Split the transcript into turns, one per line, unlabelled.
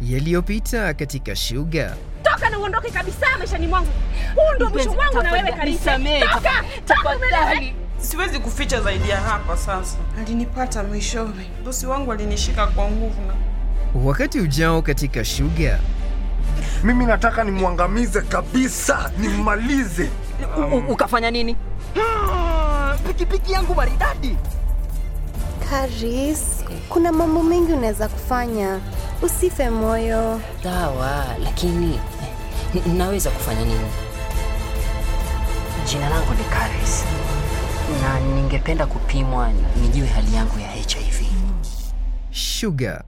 yaliyopita katika Shuga.
Toka na uondoke kabisa maishani mwangu. Huu ndio mwisho wangu na wewe kabisa.
Nisamee,
Toka, toka
tafadhali.
Siwezi kuficha zaidi ya hapa sasa. Alinipata mwishowe. Bosi wangu alinishika kwa nguvu na
Wakati ujao katika Shuga,
Mimi nataka nimwangamize kabisa, nimmalize.
U- u- ukafanya nini pikipiki yangu maridadi
Karis, kuna mambo mengi unaweza kufanya, usife moyo.
Sawa, lakini eh, n- naweza kufanya nini? Jina langu ni Karis na ningependa kupimwa nijue hali yangu ya HIV.
Shuga